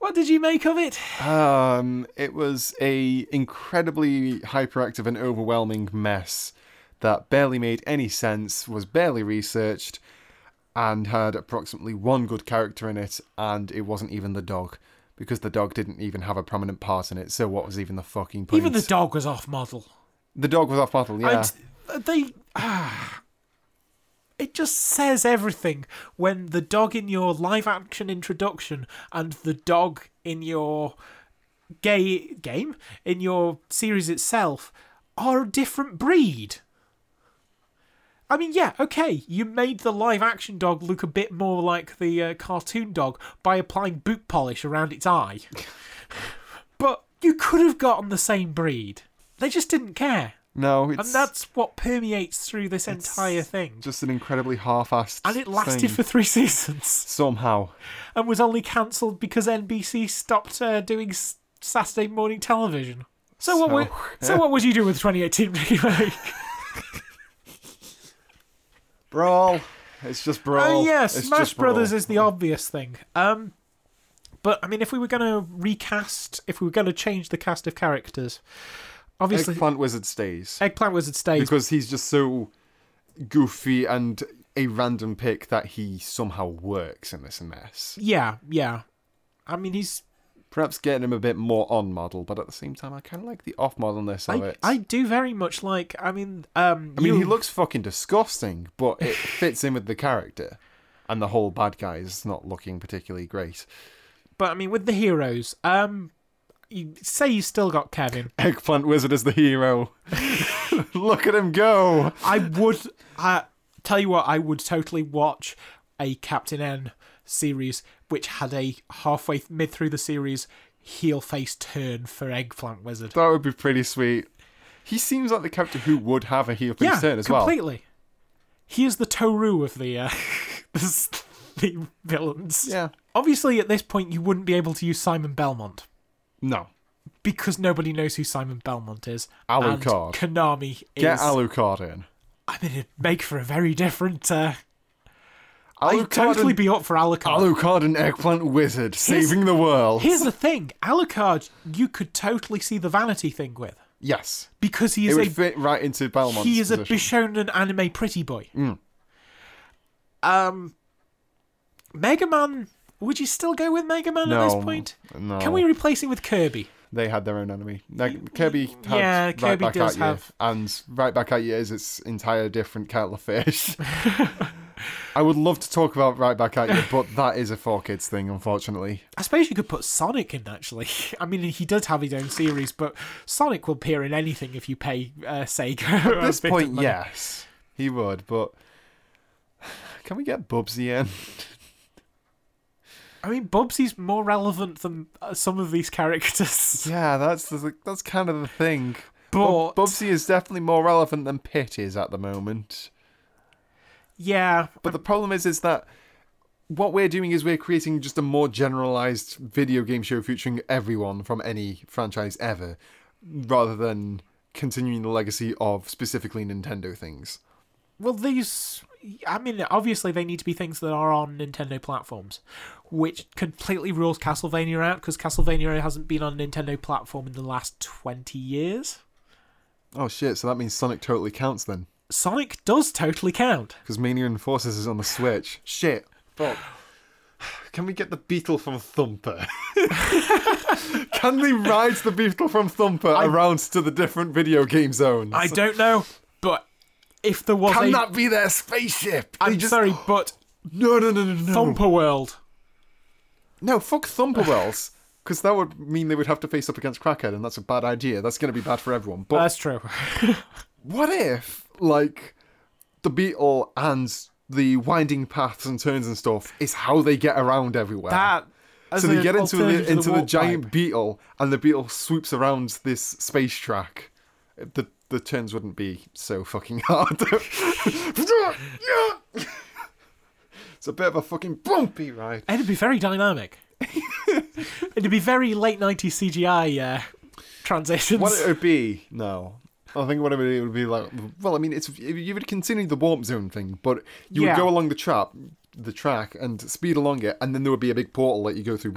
S2: What did you make of it?
S1: Um, it was a incredibly hyperactive and overwhelming mess that barely made any sense, was barely researched, and had approximately one good character in it, and it wasn't even the dog. Because the dog didn't even have a prominent part in it, so what was even the fucking point?
S2: Even the dog was off model.
S1: The dog was off model, yeah.
S2: And they. <sighs> it just says everything when the dog in your live action introduction and the dog in your gay game, in your series itself, are a different breed. I mean, yeah, okay, you made the live action dog look a bit more like the uh, cartoon dog by applying boot polish around its eye. <laughs> but you could have gotten the same breed. They just didn't care.
S1: No, it's
S2: And that's what permeates through this entire thing.
S1: just an incredibly half-assed.
S2: And it lasted
S1: thing.
S2: for three <laughs> seasons
S1: somehow.
S2: and was only cancelled because NBC stopped uh, doing s- Saturday morning television. So what? would, so what would you do with 2018 remake?
S1: <laughs> Brawl. It's just brawl.
S2: Oh yeah,
S1: It's
S2: Smash
S1: just brawl.
S2: Brothers is the obvious thing. Um, but I mean, if we were going to recast, if we were going to change the cast of characters, obviously Eggplant,
S1: Eggplant Wizard stays
S2: Wizard stays.
S1: because he's just so goofy and a random pick that he somehow works in this mess.
S2: yeah, yeah. I mean, he's
S1: Perhaps getting him a bit more on model, but at the same time, I kind of like the off modelness of
S2: I,
S1: it.
S2: I do very much like. I mean, um,
S1: I mean,
S2: you,
S1: he looks fucking disgusting, but it fits in with the character. And the whole bad guy is not looking particularly great.
S2: But I mean, with the heroes, um, you say you still got Kevin.
S1: Eggplant Wizard is the hero. <laughs> Look at him go.
S2: I would, <laughs> I tell you what, I would totally watch a Captain N series which had a halfway th- mid through the series heel face turn for Eggplant Wizard.
S1: That would be pretty sweet. He seems like the character who would have a heel face
S2: yeah,
S1: turn as well.
S2: completely. He is the Toru of the uh, <laughs> the, s- the villains.
S1: Yeah.
S2: Obviously, at this point, you wouldn't be able to use Simon Belmont.
S1: No.
S2: because nobody knows who Simon Belmont is. and
S1: Alucard.
S2: Konami is.
S1: Get Alucard in.
S2: I mean, it'd make for a very different. Uh, I'd
S1: Alucard,
S2: totally
S1: and,
S2: be up for Alucard.
S1: Alucard and Eggplant Wizard saving the world.
S2: Here's the thing Alucard, you could totally see the vanity thing with
S1: yes.
S2: because he
S1: It
S2: is
S1: would
S2: a
S1: fit right into Belmont's
S2: he is
S1: position. Mm.
S2: a Bishonen anime pretty boy. Um, Mega Man. Would you still go with Mega Man at
S1: No,
S2: this point?
S1: no.
S2: Can we replace him with Kirby?
S1: They had their own enemy. Like, Kirby had
S2: yeah,
S1: right
S2: Kirby
S1: back
S2: does
S1: at you,
S2: have-
S1: and right back at you is its entire different kettle of fish. <laughs> I would love to talk about right back
S2: <laughs>
S1: at you, but that is a four kids thing, unfortunately.
S2: I suppose you could put Sonic in actually. <laughs> I mean, he does have his own series, but Sonic will appear in anything if you pay uh, Sega. <laughs>
S1: At this point, yes, he would, but <sighs> can we get Bubsy in?
S2: I mean, Bubsy's more relevant than uh, some of these characters. <laughs>
S1: Yeah, that's the, that's kind of the thing.
S2: But-
S1: Bub- Bubsy is definitely more relevant than Pitt is at the moment.
S2: Yeah,
S1: But the problem is, is that what we're doing is we're creating just a more generalized video game show featuring everyone from any franchise ever, rather than continuing the legacy of specifically Nintendo things.
S2: well, these. I mean, obviously they need to be things that are on Nintendo platforms, which completely rules Castlevania out because Castlevania hasn't been on Nintendo platform in the last twenty years.
S1: Oh shit! So that means Sonic totally counts then,
S2: Sonic does totally count.
S1: because Mania and Forces is on the
S2: <sighs>
S1: Switch. Shit. Fuck. <sighs> Can we get the beetle from Thumper? <laughs> Can we ride the beetle from Thumper around to the different video game zones?
S2: I don't know, but if there was
S1: Can
S2: a,
S1: that be their spaceship? They
S2: I'm
S1: just-
S2: sorry, but
S1: No, no, no, no, no.
S2: Thumper World.
S1: No, fuck Thumperwells. Because that would mean they would have to face up against Crackhead, and that's a bad idea. That's going to be bad for everyone. But
S2: That's <laughs> true.
S1: what if, like, the beetle and the winding paths and turns and stuff is how they get around everywhere?
S2: That as
S1: so they
S2: an
S1: get into
S2: alternative
S1: the,
S2: to
S1: into the,
S2: warp
S1: giant
S2: pipe.
S1: beetle, and the beetle swoops around this space track. The the turns wouldn't be so fucking <laughs>
S2: <laughs>
S1: hard. <laughs> it's a bit of a fucking bumpy ride. <laughs>
S2: It'd be very dynamic. It'd be very late 90s CGI uh, transitions.
S1: What it would be? No. I think what it would, it would be like. Well, I mean, it's you would continue the warp zone thing, but you
S2: Yeah.
S1: would go along the trap, the track, and speed along it, and then there would be a big portal that you go through,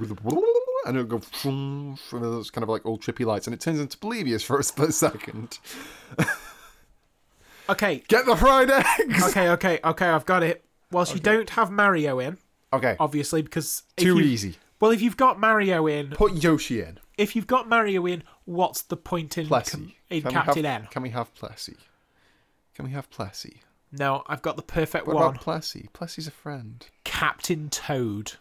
S1: and it would go from those kind of like old trippy lights, and it turns into Polybius for a split second.
S2: Okay,
S1: Get the fried
S2: <laughs>
S1: eggs.
S2: okay, okay, okay. I've got it. Whilst you don't have Mario in,
S1: Okay,
S2: obviously, because if
S1: Too
S2: you-
S1: easy.
S2: Well, if you've got Mario in,
S1: put Yoshi in.
S2: if you've got Mario in, what's the point in
S1: Plessy.
S2: com- in
S1: Can we
S2: Captain
S1: have,
S2: N?
S1: Can we have Plessy? Can we have Plessy?
S2: No, I've got the perfect
S1: What
S2: one.
S1: about Plessy? Plessy's a friend.
S2: Captain Toad,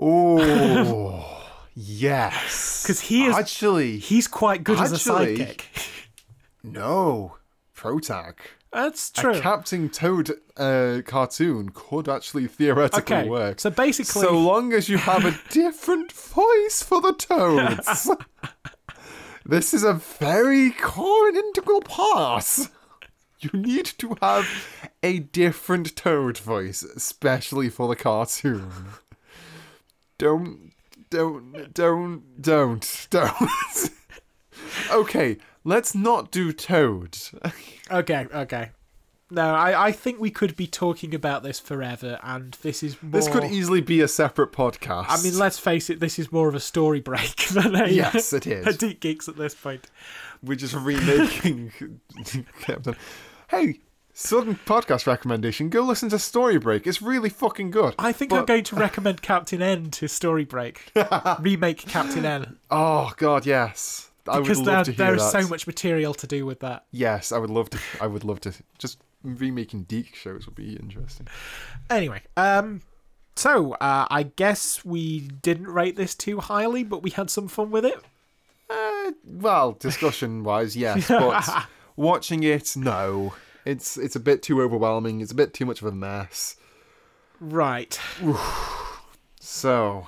S1: Oh,
S2: <laughs>
S1: yes.
S2: because he is
S1: actually
S2: he's quite good as a
S1: Actually-
S2: sidekick. <laughs>
S1: no Protag.
S2: That's true.
S1: A Captain Toad uh, cartoon could actually theoretically
S2: okay,
S1: work.
S2: so basically,
S1: so long as you have
S2: <laughs>
S1: a different voice for the toads. this is a very core and integral part. You need to have a different toad voice, especially for the cartoon. Don't, don't, don't, don't, don't. <laughs> okay, let's not do toad.
S2: okay, okay. No, I, I think we could be talking about this forever, and this is more.
S1: This could easily be a separate podcast.
S2: I mean, let's face it, this is more of a story break <laughs> than a,
S1: Yes, it is.
S2: <laughs> a Deep Geeks at this point.
S1: We're just remaking <laughs> Captain. Hey, sudden podcast recommendation. Go listen to Story Break. It's really fucking good.
S2: I think I'm
S1: But-
S2: going to recommend Captain N to Story Break.
S1: <laughs>
S2: Remake Captain N.
S1: Oh god, yes. I would
S2: Because
S1: love
S2: there,
S1: to hear
S2: there is
S1: that.
S2: so much material to do with that.
S1: Yes, I would love to. I would love to. Just remaking Deke shows would be interesting.
S2: Anyway, um, so uh, I guess we didn't rate this too highly, but we had some fun with it.
S1: Uh, well, discussion wise,
S2: <laughs>
S1: yes, but watching it, no. It's it's a bit too overwhelming. It's a bit too much of a mess.
S2: Right.
S1: So,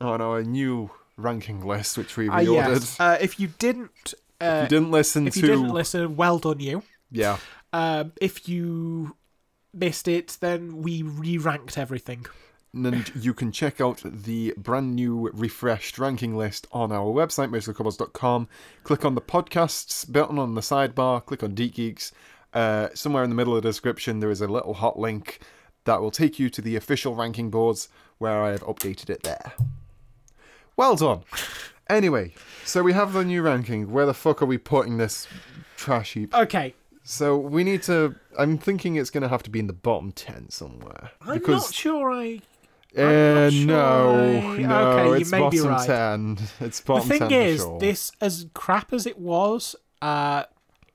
S1: on our new ranking list, which we
S2: Uh,
S1: reordered,
S2: yes. Uh, if you didn't, uh,
S1: you didn't listen
S2: if
S1: to
S2: you didn't listen, well done you.
S1: yeah.
S2: Um, if you missed it, then we re-ranked everything.
S1: and you can check out the brand new refreshed ranking list on our website mercifulcobbles.com click on the podcasts button on the sidebar click on deep geeks uh, somewhere in the middle of the description there is a little hot link that will take you to the official ranking boards where i have updated it there well done anyway so we have the new ranking where the fuck are we putting this trash heap
S2: Okay,
S1: so we need to i'm thinking it's going to have to be in the bottom 10 somewhere
S2: I'm not sure I.
S1: uh,
S2: I'm not
S1: no,
S2: sure.
S1: no,
S2: Okay, you
S1: it's
S2: may be
S1: bottom
S2: right.
S1: ten. It's
S2: The
S1: bottom
S2: thing
S1: ten
S2: is,
S1: for sure.
S2: this as crap as it was, uh,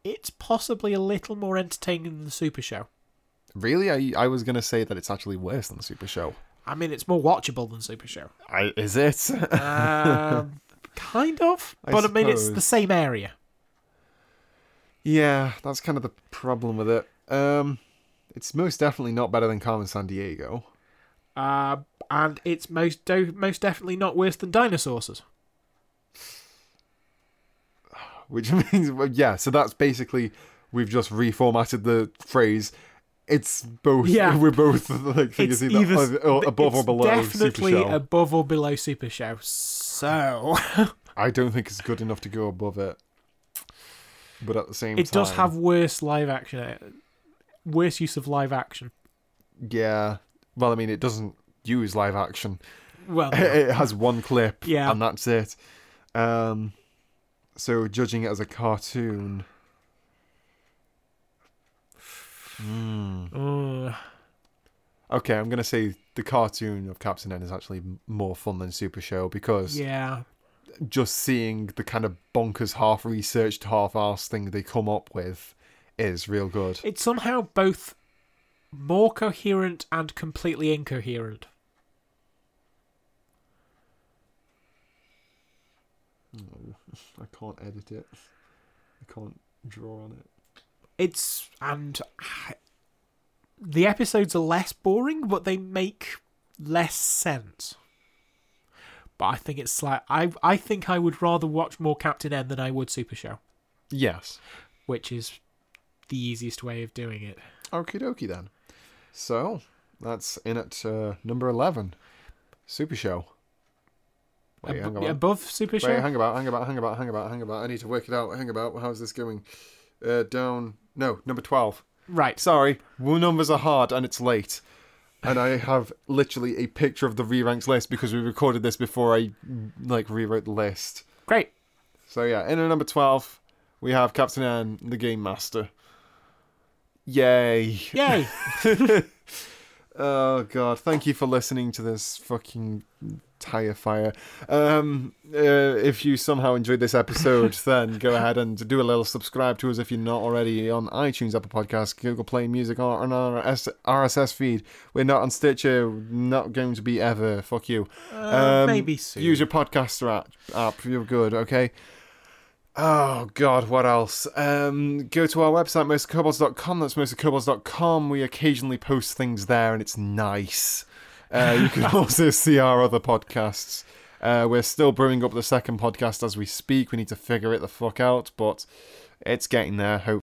S2: it's possibly a little more entertaining than the Super Show.
S1: Really, I I was gonna say that it's actually worse than Super Show.
S2: I mean, it's more watchable than Super Show.
S1: I, is it? <laughs>
S2: Um, kind of,
S1: I
S2: but I mean, it's the
S1: suppose.
S2: same area.
S1: yeah, that's kind of the problem with it. Um, it's most definitely not better than Carmen San Diego.
S2: Uh, and it's most do- most definitely not worse than Dinosaurs.
S1: which <laughs> means well, yeah so that's basically we've just reformatted the phrase it's both <laughs>
S2: Yeah.
S1: we're both like
S2: It's
S1: thinking
S2: either
S1: either, or above
S2: it's
S1: or below
S2: definitely
S1: Super Show.
S2: above or below Super Show. So <laughs>
S1: i don't think it's good enough to go above it but at the same
S2: it
S1: time
S2: does have worse live action, uh, worse use of live action.
S1: yeah well i mean it doesn't use live action <laughs>
S2: Well,
S1: it has one clip
S2: Yeah.
S1: and that's it um so judging it as a cartoon
S2: uh,
S1: Hmm. okay i'm gonna say the cartoon of captain n is actually m- more fun than super show because
S2: yeah.
S1: just seeing the kind of bonkers, half researched, half arsed thing they come up with is real good.
S2: It's somehow both more coherent and completely incoherent.
S1: I can't edit it. I can't draw on it.
S2: It's and <sighs> I- the episodes are less boring, but they make less sense. But I think it's like I I think I would rather watch more Captain N than I would Super Show,
S1: Yes.
S2: which is the easiest way of doing it.
S1: Okie dokie then. So that's in at uh, number eleven, Super Show. Wait, hang
S2: Ab-
S1: on.
S2: above Super
S1: Wait,
S2: Show?
S1: hang about, hang about, hang about, hang about, hang about. I need to work it out. Hang about. How's this going? Uh, down. No, number twelve.
S2: Right.
S1: Sorry, well, numbers are hard and it's late. And I have literally a picture of the re-ranks list because we recorded this before I like rewrote the list.
S2: Great.
S1: So yeah, in at number twelve, we have Captain N, the Game Master. Yay!
S2: Yay.
S1: Oh god, thank you for listening to this fucking tire fire. Um, uh, if you somehow enjoyed this episode, then go ahead and do a little subscribe to us if you're not already on iTunes, Apple Podcasts, Google Play Music, or on our S- RSS feed. We're not on Stitcher. Not going to be ever. Fuck you. Um,
S2: maybe soon.
S1: Use your podcaster app. app. You're good. Okay. Oh god, what else? Um, go to our website, mostlykobolds.com. That's mostlykobolds.com. We occasionally post things there, and it's nice. Uh, you can also see our other podcasts. Uh, we're still brewing up the second podcast as we speak. We need to figure it the fuck out, but it's getting there. Hopefully.